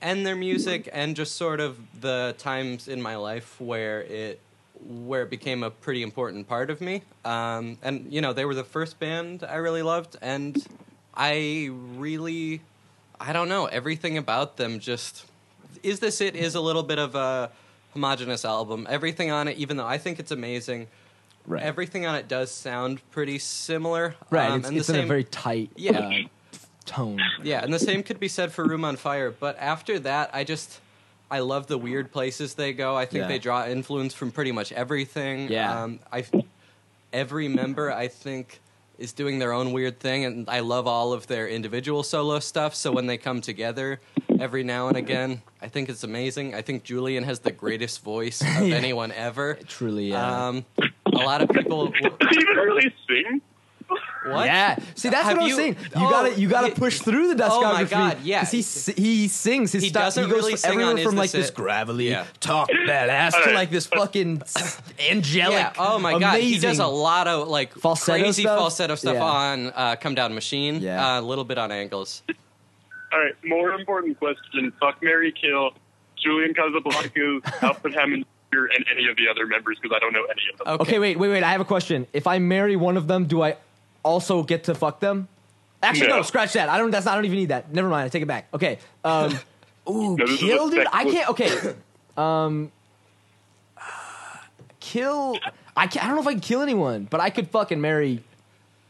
and their music and just sort of the times in my life where it where it became a pretty important part of me. Um, and you know, they were the first band I really loved, and I really, I don't know, everything about them just is this. It is a little bit of a homogenous album. Everything on it, even though I think it's amazing.
Right.
Everything on it does sound pretty similar,
right.
um,
it's
and the
it's in a
same-
very tight
Yeah.
uh, tone.
yeah, and the same could be said for Room on Fire. But after that, I just I love the weird places they go. I think
Yeah.
they draw influence from pretty much everything.
Yeah.
um, I every member I think is doing their own weird thing, and I love all of their individual solo stuff. So when they come together every now and again, I think it's amazing. I think Julian has the greatest voice of
Yeah.
anyone ever.
Truly. Uh,
Um, a lot of people.
Does he even really sing?
What?
Yeah. See, that's
Have
what I'm
you-
saying. You
Oh,
gotta you gotta
yeah.
push through the discography.
Oh my God, yeah.
'cause He s- he sings. His
He
stuff,
doesn't
he goes
really
from
sing
everywhere
on Is
from
This
like this
It?
gravelly
Yeah.
talk badass
All
to
right.
like this fucking s- angelic.
Yeah. Oh my god, he does
amazing-
a lot of like
Falsetto
crazy
stuff?
falsetto stuff
Yeah.
on uh, "Come Down Machine."
Yeah.
Uh, a little bit on angles.
All right. More important question: Fuck Mary Kill, Julian Casablancas, Alfred Hammond, and any of the other members because I don't know any of them.
Okay, wait, wait, wait. I have a question. If I marry one of them, do I also get to fuck them? Actually, no.
No.
scratch that. I don't. That's not, I don't even need that. Never mind. I take it back. Okay. Um, ooh,
No, this is
kill,
a
dude.
sex
I
book.
can't. Okay. Um, kill. I can't, I don't know if I can kill anyone, but I could fucking marry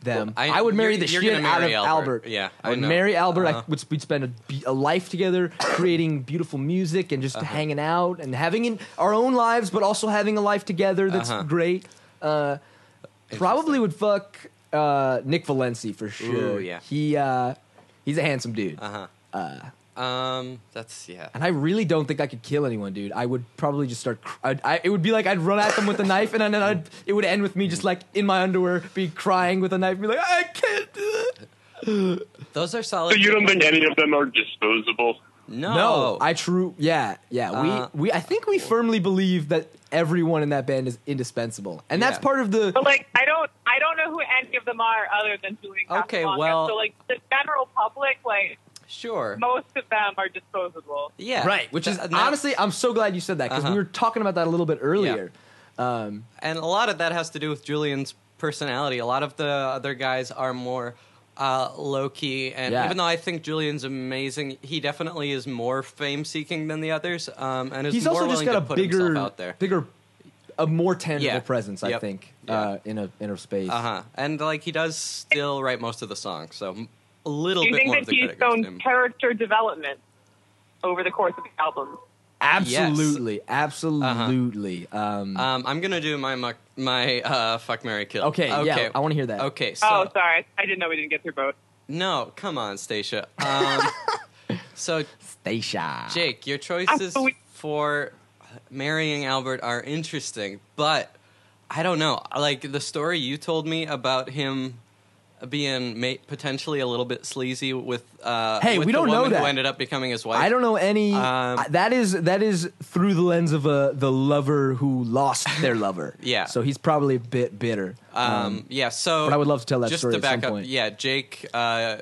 them.
I-
I, would marry
you're-
the
you're
shit
gonna
out of
marry
Albert.
Albert. Yeah,
I
I
would
know.
marry Albert.
Uh-huh.
I would we'd spend a, be- a life together, creating beautiful music and just
Uh-huh.
hanging out and having in, our own lives, but also having a life together that's
Uh-huh.
great. Uh, probably
Interesting.
would fuck uh, Nick Valenci for sure.
Ooh, yeah.
He uh, he's a handsome dude,
Uh-huh.
Uh.
Um, that's yeah.
and I really don't think I could kill anyone, dude. I would probably just start. Cr- I'd, I, it would be like I'd run at them with a knife, and then I'd, it would end with me just like in my underwear, be crying with a knife, be like, I can't do it.
Those are
So
solid.
you don't think any of them are disposable?
no.
No, I true. Yeah, yeah. We
Oh. Uh,
we I think we firmly believe that everyone in that band is indispensable, and that's
Yeah.
part of the
But like, I don't, I don't know who any of them are other than Julian.
Okay,
Casablancas.
well-
so like the general public, like
sure.
most of them are disposable.
Yeah.
right, which is
Th- and that-
honestly, I'm so glad you said that because
Uh-huh.
we were talking about that a little bit earlier. Um,
and a lot of that has to do with Julian's personality. A lot of the other guys are more uh, Loki, and
Yeah.
even though I think Julian's amazing, he definitely is more fame-seeking than the others, um, and is
He's
more
also just
willing
got
to
a
put
bigger,
himself out there.
bigger, a more tangible
Yeah.
presence, I
Yep.
think,
Yeah.
uh, in a in a space.
Uh huh. And like he does still write most of the songs, so m- a little
Do you
bit
think
more of
that
the
he's
credit goes to
shown
him.
character development over the course of the album?
Absolutely, absolutely. Um,
Um, I'm gonna do my muck, my uh, fuck Mary kill.
okay, yeah, I want to hear that.
Okay, so
oh, sorry, I didn't know we didn't get through both.
no, come on, Stacia. Um, so
Stacia.
Jake, your choices
so we-
for marrying Albert are interesting, but I don't know. Like the story you told me about him being ma- potentially a little bit sleazy with uh,
Hey,
with
we
the
don't know
woman who
that.
ended up becoming his wife.
I don't know any.
Um,
I- that is that is through the lens of a the lover who lost their lover.
Yeah.
So he's probably a bit bitter.
Um, yeah, so
but I would love to tell that
just
story
to
at some
back up.
point.
Yeah, Jake, uh,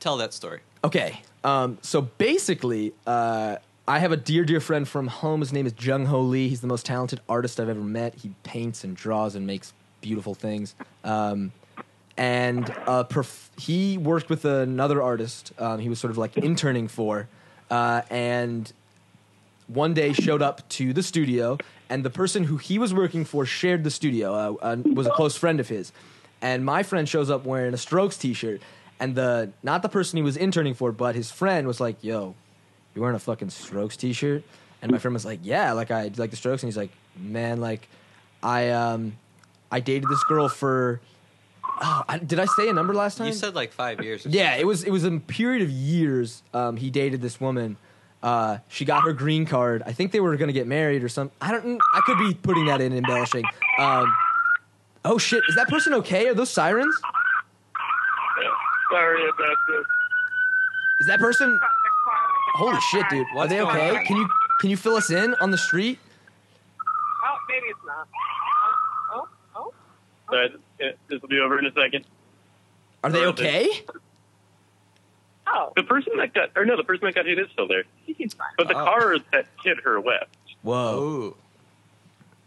tell that story.
Okay. Um, so basically, uh, I have a dear, dear friend from home. His name is Jung Ho Lee. He's the most talented artist I've ever met. He paints and draws and makes beautiful things. Um, and uh, perf- he worked with another artist. Um, he was sort of like interning for, uh, and one day showed up to the studio, and the person who he was working for shared the studio, uh, uh, was a close friend of his. And my friend shows up wearing a Strokes t shirt, and the not the person he was interning for, but his friend was like, Yo, you wearing a fucking Strokes t shirt? And my friend was like, Yeah, like I like the Strokes. And he's like, Man, like I, um, I dated this girl for. Oh, I, did I say a number last time?
You said like five years. Or
Yeah, it was it was a period of years. Um, he dated this woman. Uh, she got her green card. I think they were going to get married or something. I don't. I could be putting that in embellishing. Um, oh shit! Is that person okay? Are those sirens?
Sorry about this.
Is that person? Holy shit, dude! Are
What's
they
going
okay?
on?
Can you can you fill us in on the street?
Oh, maybe it's not. Oh, oh,
But it, this will be over in a second.
Are they
Or the-
okay?
oh,
The person that got, or no, the person that got hit is still there.
he's fine.
But the
Oh.
car that hit her left.
Whoa!
Ooh.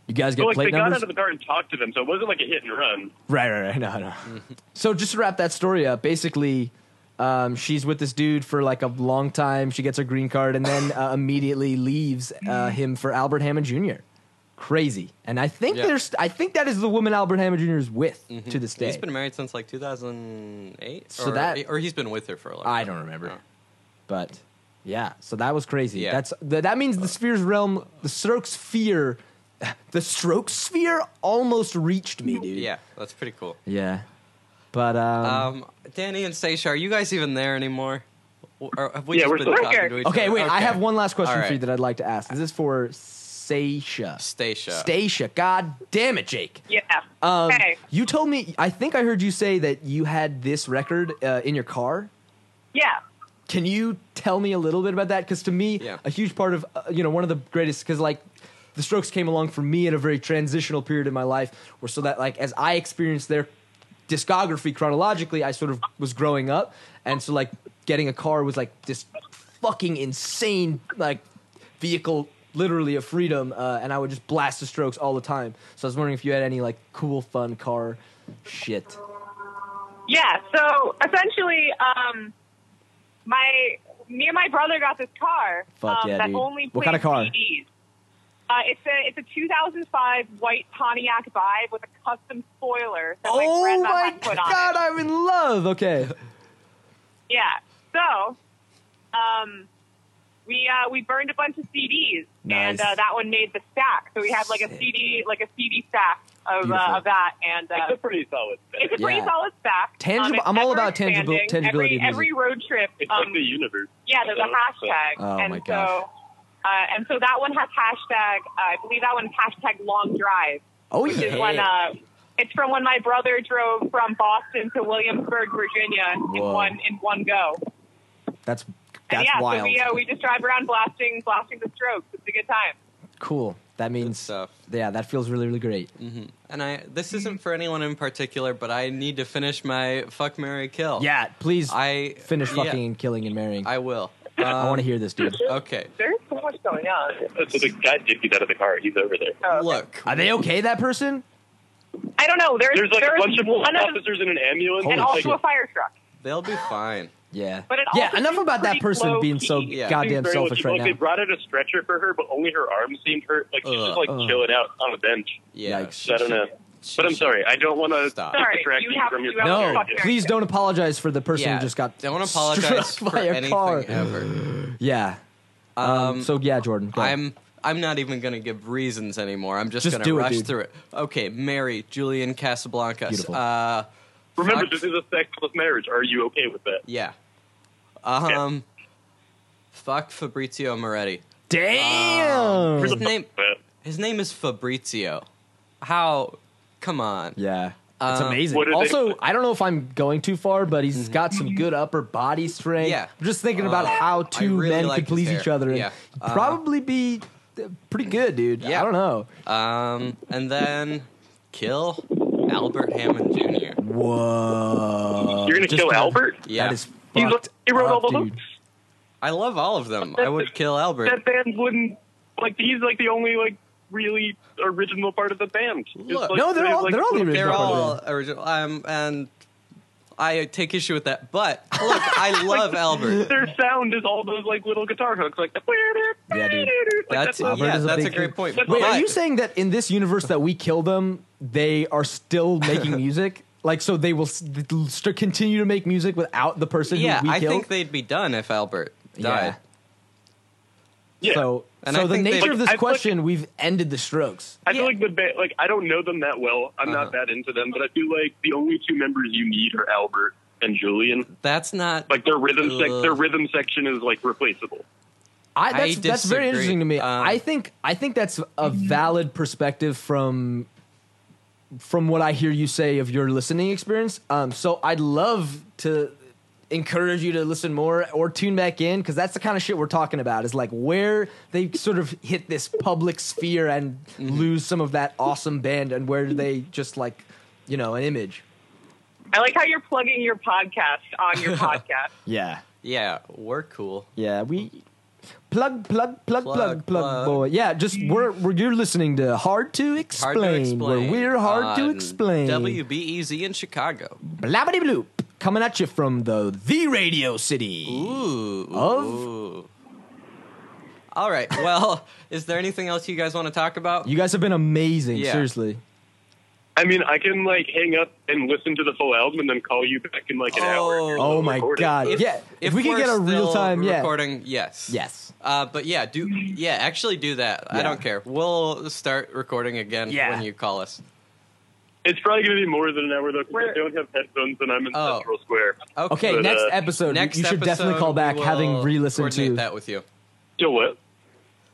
You guys
So
get
like they
plate
got
numbers?
out of the car and talked to them, so it wasn't like a hit and run.
Right, right, right. No, no.
Mm-hmm.
so just to wrap that story up, basically, um, she's with this dude for like a long time. She gets her green card and then uh, immediately leaves
Mm.
uh, him for Albert Hammond Jr. Crazy. And I think
Yeah. Mm-hmm.
there's, I think that is the woman Albert Hammond Jr. is with to this day.
He's been married since like 2008.
So
or,
that-
or he's been with her for a long.
I
time.
don't remember,
Oh.
but yeah. So that was crazy.
Yeah.
That's th- that means the spheres realm, the stroke sphere, the stroke sphere almost reached me, dude.
Yeah, that's pretty cool.
Yeah. But um,
Um, Danny and Stacia, are you guys even there anymore? Or have we
Yeah,
just
we're
been
still-
talking
We're here.
to each
Okay,
other?
wait. I have one last question
All
for you
right.
that I'd like to ask. This is for Stacia.
Stacia.
Stacia. God damn it, Jake.
Yeah.
Um,
hey.
You told me. I think I heard you say that you had this record uh, in your car.
Yeah.
Can you tell me a little bit about that? Because to me,
Yeah.
a huge part of uh, you know one of the greatest because like the Strokes came along for me at a very transitional period in my life, where so that like as I experienced their discography chronologically, I sort of was growing up, and so like getting a car was like this fucking insane like vehicle literally of freedom uh, and i would just blast the strokes all the time so i was wondering if you had any like cool fun car shit
Yeah. So essentially, um, my me and my brother got this car.
Fuck
um,
yeah,
that
dude.
only
What kind of car?
plays CDs. Uh, it's a it's a 2005 white Pontiac Vibe with a custom spoiler that like
oh
Grandma
my
had put on
god
it.
i'm in love okay
Yeah. So, um, we uh, we burned a bunch of CDs, and
Nice.
uh, that one made the stack. So we had like a
Sick.
CD like a CD stack of
Beautiful.
uh, of that, and
It's
uh,
a pretty solid. Thing.
it's a pretty
Yeah.
solid stack. Um,
Tangible-
it's
I'm all
ever
about tangible-
expanding.
tangibility of
Every, every road trip,
It's
um,
like the universe.
yeah, there's a hashtag,
Oh,
and
my gosh.
so. Uh, and so that one has hashtag. Uh, I believe that one is hashtag long drive,
oh
which
yeah
is when uh, it's from when my brother drove from Boston to Williamsburg, Virginia, in
Whoa.
one in one go.
That's
And
that's
yeah,
wild.
so we, uh, we just drive around blasting, blasting the strokes. It's a good time.
cool. That
Good
means
stuff. Mm-hmm.
yeah, that feels really really great.
And I this isn't for anyone in particular, but I need to finish my fuck Mary kill.
Yeah, please
I
finish
yeah,
fucking killing and marrying. I,
I will.
want to
Um,
hear this, dude.
Okay.
There's so much going on.
So the guy did get out of the car. He's over there.
Oh, okay.
Look,
Are they okay? That person?
I don't know. There's
There's like a bunch of police
one
officers in an ambulance.
Holy
and
like,
also a fire truck.
They'll be fine.
Yeah.
But it
yeah.
also
Enough
seems
about that
pretty
person being
low-key.
so
Yeah.
goddamn
Very
selfish
low-key.
right
like, They
now.
brought in a stretcher for her, but only her arm seemed hurt. Like she's
Ugh.
just like
Ugh.
chilling out on a bench.
Yeah.
Yikes.
So I don't know.
She-
But I'm
she-
sorry, I don't want to
Stop.
Sorry,
distract
you
you,
have-
from your
you have
No,
a fuck
please don't apologize for the person
yeah,
who just got
Don't apologize
struck
for
by a
anything
car.
ever.
Yeah. Um,
Um,
so yeah, Jordan. go.
I'm I'm not even gonna give reasons anymore. I'm just,
Just
gonna
do it,
rush
dude.
through it. Okay, Mary, Julian Casablancas.
Beautiful.
Uh
Remember,
fuck-
this is a sexless marriage. Are you okay with that?
yeah.
Uh-huh,
Um Fuck Fabrizio Moretti.
Damn.
His name
But
his name is Fabrizio. How come on.
yeah. It's
Um, Mm-hmm.
amazing.
What are they-
Also, I don't know if I'm going too far, but he's got some good upper body strength.
Yeah.
I'm just thinking about
Uh,
how
I
two
really
men
like
could please
his
each
hair.
other and
Yeah. Uh,
probably be uh, pretty good, dude.
Yeah.
I don't know.
Um and then kill Albert Hammond Jr.
Whoa.
you're gonna
Uh, Just
kill
kinda-
Albert?
Yeah.
That is
He
fucked
wrote- he wrote
up,
all the
dude.
books.
I love all of them. I would kill Albert.
That band wouldn't like. He's like the only like really original part of the band. It's
Look-
like,
No, they're
they have,
all-
like,
they're all the
little-
original
They're
part of the
all original. Um, and I take issue with that. But look, I love Albert.
Their sound is all those like little guitar hooks, like
Yeah, dude.
Like,
That's
all-
Albert
yeah,
is a
that's a
big
great
kid.
point.
Wait,
Wait,
but
are you saying that in this universe that we kill them, they are still making music? Like, so they will s- st- continue to make music without the person
Yeah,
who we
I
killed?
think they'd be done if Albert died.
yeah.
So,
And
so
I
the
think they-
nature of this
Like, I feel like-
question, we've ended the strokes.
I feel like the band, like I don't know them that well. I'm not
Uh-huh.
that into them, but I feel like the only two members you need are Albert and Julian.
That's not.
Like their rhythm, sec-
Ugh.
their rhythm section is like replaceable.
I,
I
that's, that's very
disagree.
interesting to me.
Um,
I think I think that's a valid perspective from from what I hear you say of your listening experience. Um, so I'd love to encourage you to listen more or tune back in because that's the kind of shit we're talking about. Is like where they sort of hit this public sphere and
Mm-hmm.
lose some of that awesome band, and where they just like you know an image.
I like how you're plugging your podcast on your podcast.
Yeah,
yeah, we're cool.
Yeah, we plug, plug, plug, plug, plug,
Plug, plug.
boy. Yeah, just we're, we're you're listening to Hard to
Hard
Explain.
to
where
explain.
we're hard to
on
explain.
WBEZ in Chicago.
Blabbity bloop. Coming at you from the the Radio City.
Ooh.
Of-
ooh. All right. Well, is there anything else you guys want to talk about?
You guys have been amazing.
Yeah.
Seriously,
I mean, I can like hang up and listen to the full album and then call you back in like an hour.
Oh,
Oh my
Recorded.
God. yeah, if we could
we're
get a
still
real-time- yeah.
recording, yes,
Yes.
Uh, but yeah, do yeah, actually do that. I
Yeah.
don't care. We'll start recording again
Yeah.
when you call us.
It's probably going to be more than an hour though. 'cause I
Where-
don't have headphones and I'm in
Oh.
Central Square.
Okay,
But,
next
uh,
episode.
next
you should
episode,
definitely call back,
we
having
will
re-listened to.
coordinate that with you.
So what?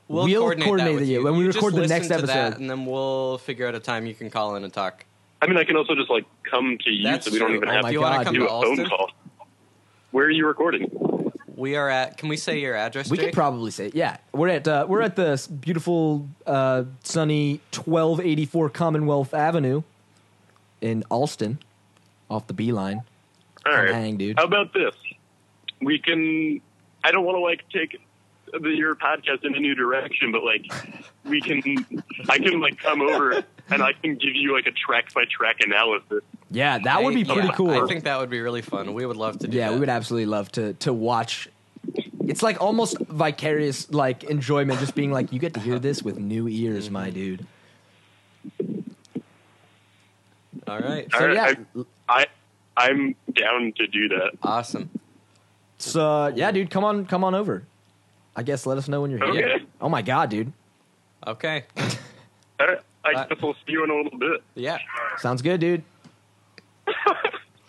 We'll,
We'll
coordinate,
coordinate
that with
it,
you
when we
You just
record the
listen
next
to that,
episode.
and then we'll figure out a time you can call in and talk.
I mean, I can also just like come to you,
That's
so we don't
true.
even
Oh
have
my
do
to
you want
God.
to come
do
to
a phone
Alston?
call. Where are you recording?
We are at. Can we say your address?
We
Jake?
could probably say, yeah, we're at uh, we're at the s- beautiful uh, sunny twelve eighty four Commonwealth Avenue in Alston, off the B line.
All right,
hang, dude.
How about this? We can. I don't want to like take the, your podcast in a new direction, but like we can. I can like come over and I can give you like a track by track analysis.
Yeah, that would be
I-
pretty
yeah,
cool.
I think that would be really fun. We would love to do
yeah,
that.
we would absolutely love to to watch. It's like almost vicarious, like enjoyment, just being like, you get to hear this with new ears,
Mm-hmm.
my dude.
All right.
So
All
yeah,
right, I, I I'm down to do that.
Awesome.
so yeah, dude, come on, come on over. I guess let us know when you're here.
Okay.
Oh my god, dude,
Okay.
All right, I
Uh,
guess we'll see you in a little bit.
Yeah.
sounds good, dude.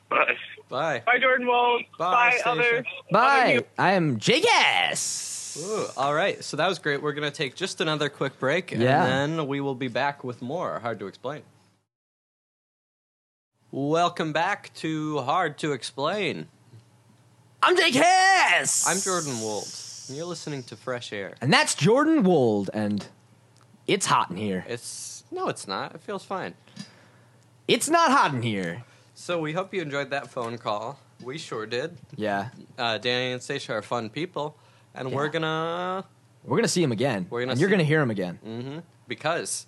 Bye.
Bye.
Bye, Jordan Walls.
Bye,
Bye,
Stacia.
others.
Bye. I am Jake S.
Ooh, all right. So that was great. We're going to take just another quick break,
Yeah.
and then we will be back with more Hard to Explain. Welcome back to Hard to Explain.
I'm Jake Hess.
I'm Jordan Wold, and you're listening to Fresh Air.
And that's Jordan Wold, and it's hot in here.
It's no, it's not. It feels fine.
It's not hot in here.
So we hope you enjoyed that phone call. We sure did.
Yeah.
Uh, Danny and Stacia are fun people, and we're
Yeah.
gonna
We're gonna see him again.
We're gonna
and you're
see-
gonna hear him again.
hmm because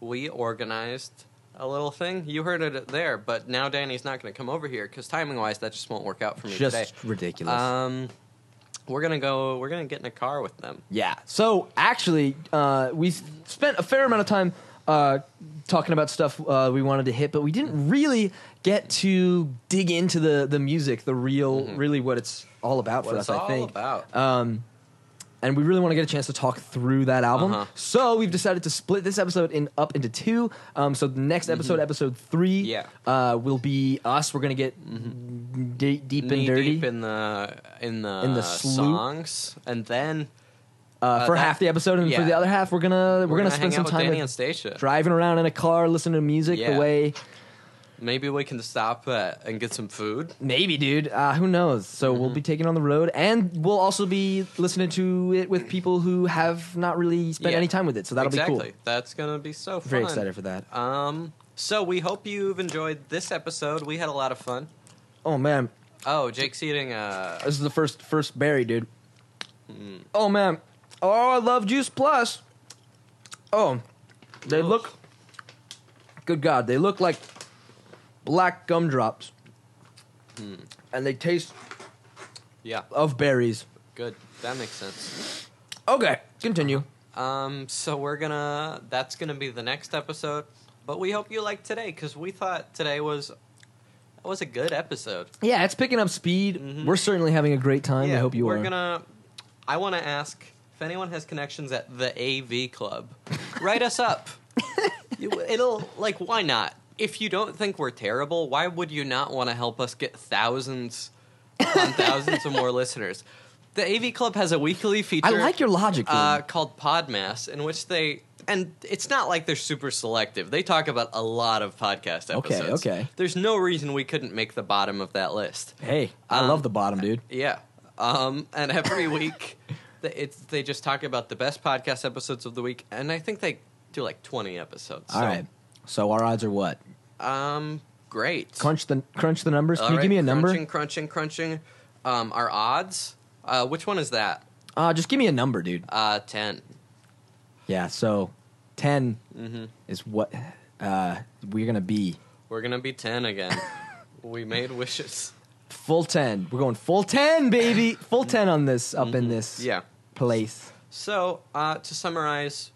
we organized a little thing. You heard it there, but now Danny's not going to come over here because timing wise, that just won't work out for me
Just
today.
ridiculous.
Um, we're gonna go. We're gonna get in a car with them.
Yeah. So actually, uh, we s- spent a fair amount of time uh, talking about stuff uh, we wanted to hit, but we didn't really get to dig into the the music, the real, really what it's all about
Mm-hmm. What
for
it's
us.
all
I think.
about.
Um, and we really want to get a chance to talk through that album.
Uh-huh.
So we've decided to split this episode in up into two. Um, so the next episode, episode three,
Mm-hmm. Yeah. Mm-hmm.
uh, will be us. We're gonna get d- deep and
Knee
dirty
deep in the in the
In the sloop.
songs, and then
uh, for
that-
half the episode, and for
yeah.
the other half, we're gonna we're,
we're,
gonna,
gonna,
spend
hang
some
out with
time
Danny
with
and Stacia.
driving around in a car, listening to music
Yeah.
the way
Maybe we can stop uh, and get some food.
maybe, dude. Uh, who knows? So
Mm-hmm.
we'll be taking on the road, and we'll also be listening to it with people who have not really spent
Yeah.
any time with it. So that'll
exactly.
be cool.
That's gonna be so fun.
Very excited for that.
Um. So we hope you've enjoyed this episode. We had a lot of fun.
Oh man,
Oh, Jake's eating. Uh,
this is the first first berry, dude.
Mm.
Oh man, oh I love Juice Plus. Oh, they
Gross.
look. Good God, they look like black gumdrops,
Mm.
and they taste
yeah,
of berries.
good. That makes sense.
Okay, continue.
Um. So we're gonna. That's gonna be the next episode. But we hope you liked today because we thought today was was a good episode.
Yeah, it's picking up speed. We're certainly having a great time. I hope you
Mm-hmm. we're
are.
gonna. I want to ask if anyone has connections at the AV Club. write us up. You- It'll like why not? If you don't think we're terrible, why would you not want to help us get thousands, upon thousands of more listeners? The AV Club has a weekly feature.
I like your logic. dude.
uh, called Podmass, in which they and it's not like they're super selective. They talk about a lot of podcast
Okay,
episodes.
okay.
There's no reason we couldn't make the bottom of that list.
hey, I
um,
love the bottom, dude.
Yeah. Um, and every week, th- it's they just talk about the best podcast episodes of the week, and I think they do like twenty episodes.
All right. So our odds are what?
Um, great.
Crunch the crunch the numbers. Can
All
you give me a
right,
number?
Crunching, crunching, crunching. Um, our odds. Uh, which one is that?
Uh, just give me a number, dude.
Uh, ten.
Yeah. So, 10
Mm-hmm.
is what uh, we're gonna be.
We're gonna be ten again. we made wishes.
Full ten. We're going full ten, baby. Full ten on this up in this
Mm-hmm. Yeah.
place.
So, uh, to summarize,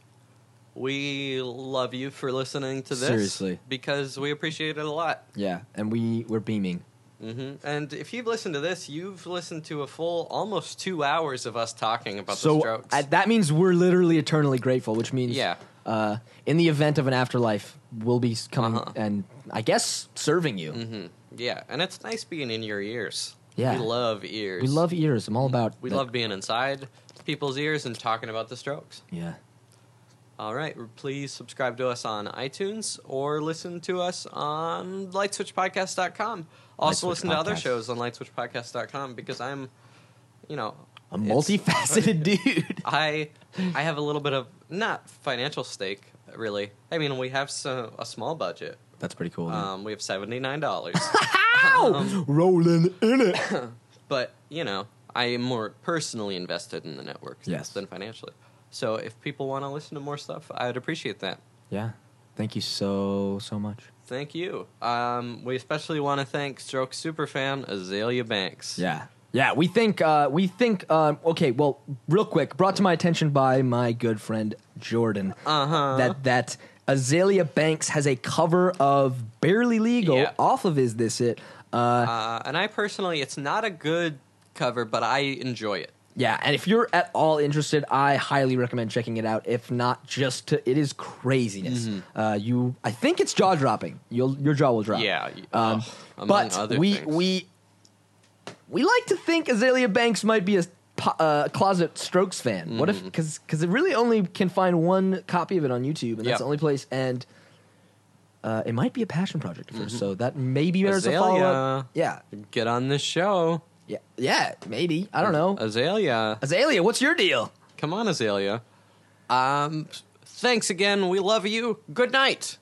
we love you for listening to this.
Seriously.
Because we appreciate it a lot.
Yeah, and we we're beaming.
hmm
Mm-hmm.
And if you've listened to this, you've listened to a full almost two hours of us talking about the
So
strokes.
uh, that means we're literally eternally grateful, which means
Yeah.
Uh, in the event of an afterlife, we'll be coming
Uh-huh.
and I guess serving you.
hmm Yeah, and it's nice being in your ears.
Yeah.
We love ears.
We love ears. I'm all about.
We
that-
love being inside people's ears and talking about the strokes.
Yeah.
All right, please subscribe to us on iTunes or listen to us on lightswitchpodcast.com. Also
Lightswitch
listen to other
Podcast.
shows on lightswitchpodcast.com because I'm, you know,
A
it's-
multifaceted dude.
I I have a little bit of not financial stake really. I mean, we have so, a small budget.
That's pretty cool. dude.
Um, we have $79.
Ow!
um,
Rolling in it.
but, you know, I am more personally invested in the network
Yes.
than financially. So if people want to listen to more stuff, I would appreciate that.
yeah. Thank you so so much.
Thank you. Um, we especially want to thank Stroke superfan Azalea Banks.
Yeah. Yeah, we think uh, we think um, okay. Well, real quick, brought to my attention by my good friend Jordan
Uh-huh.
that that Azalea Banks has a cover of "Barely Legal"
Yeah.
off of "Is This It." Uh,
Uh, and I personally, it's not a good cover, but I enjoy it.
yeah, and if you're at all interested, I highly recommend checking it out. If not, just to, it is craziness.
Mm-hmm.
Uh, you, I think it's jaw dropping. You'll your jaw will drop.
Yeah, y-
um,
ugh, among
but
other
we
things.
we we like to think Azalea Banks might be a po- uh, closet Strokes fan. What
Mm-hmm.
if because because it really only can find one copy of it on YouTube, and that's
Yep.
the only place. And uh, it might be a passion project for us, so that maybe there's a
Mm-hmm. Azalea.
follow up. Yeah,
Get on this show.
yeah, yeah. Maybe I don't know.
Azalea.
Azalea, what's your deal?
Come on, Azalea. Um, thanks again. We love you. Good night.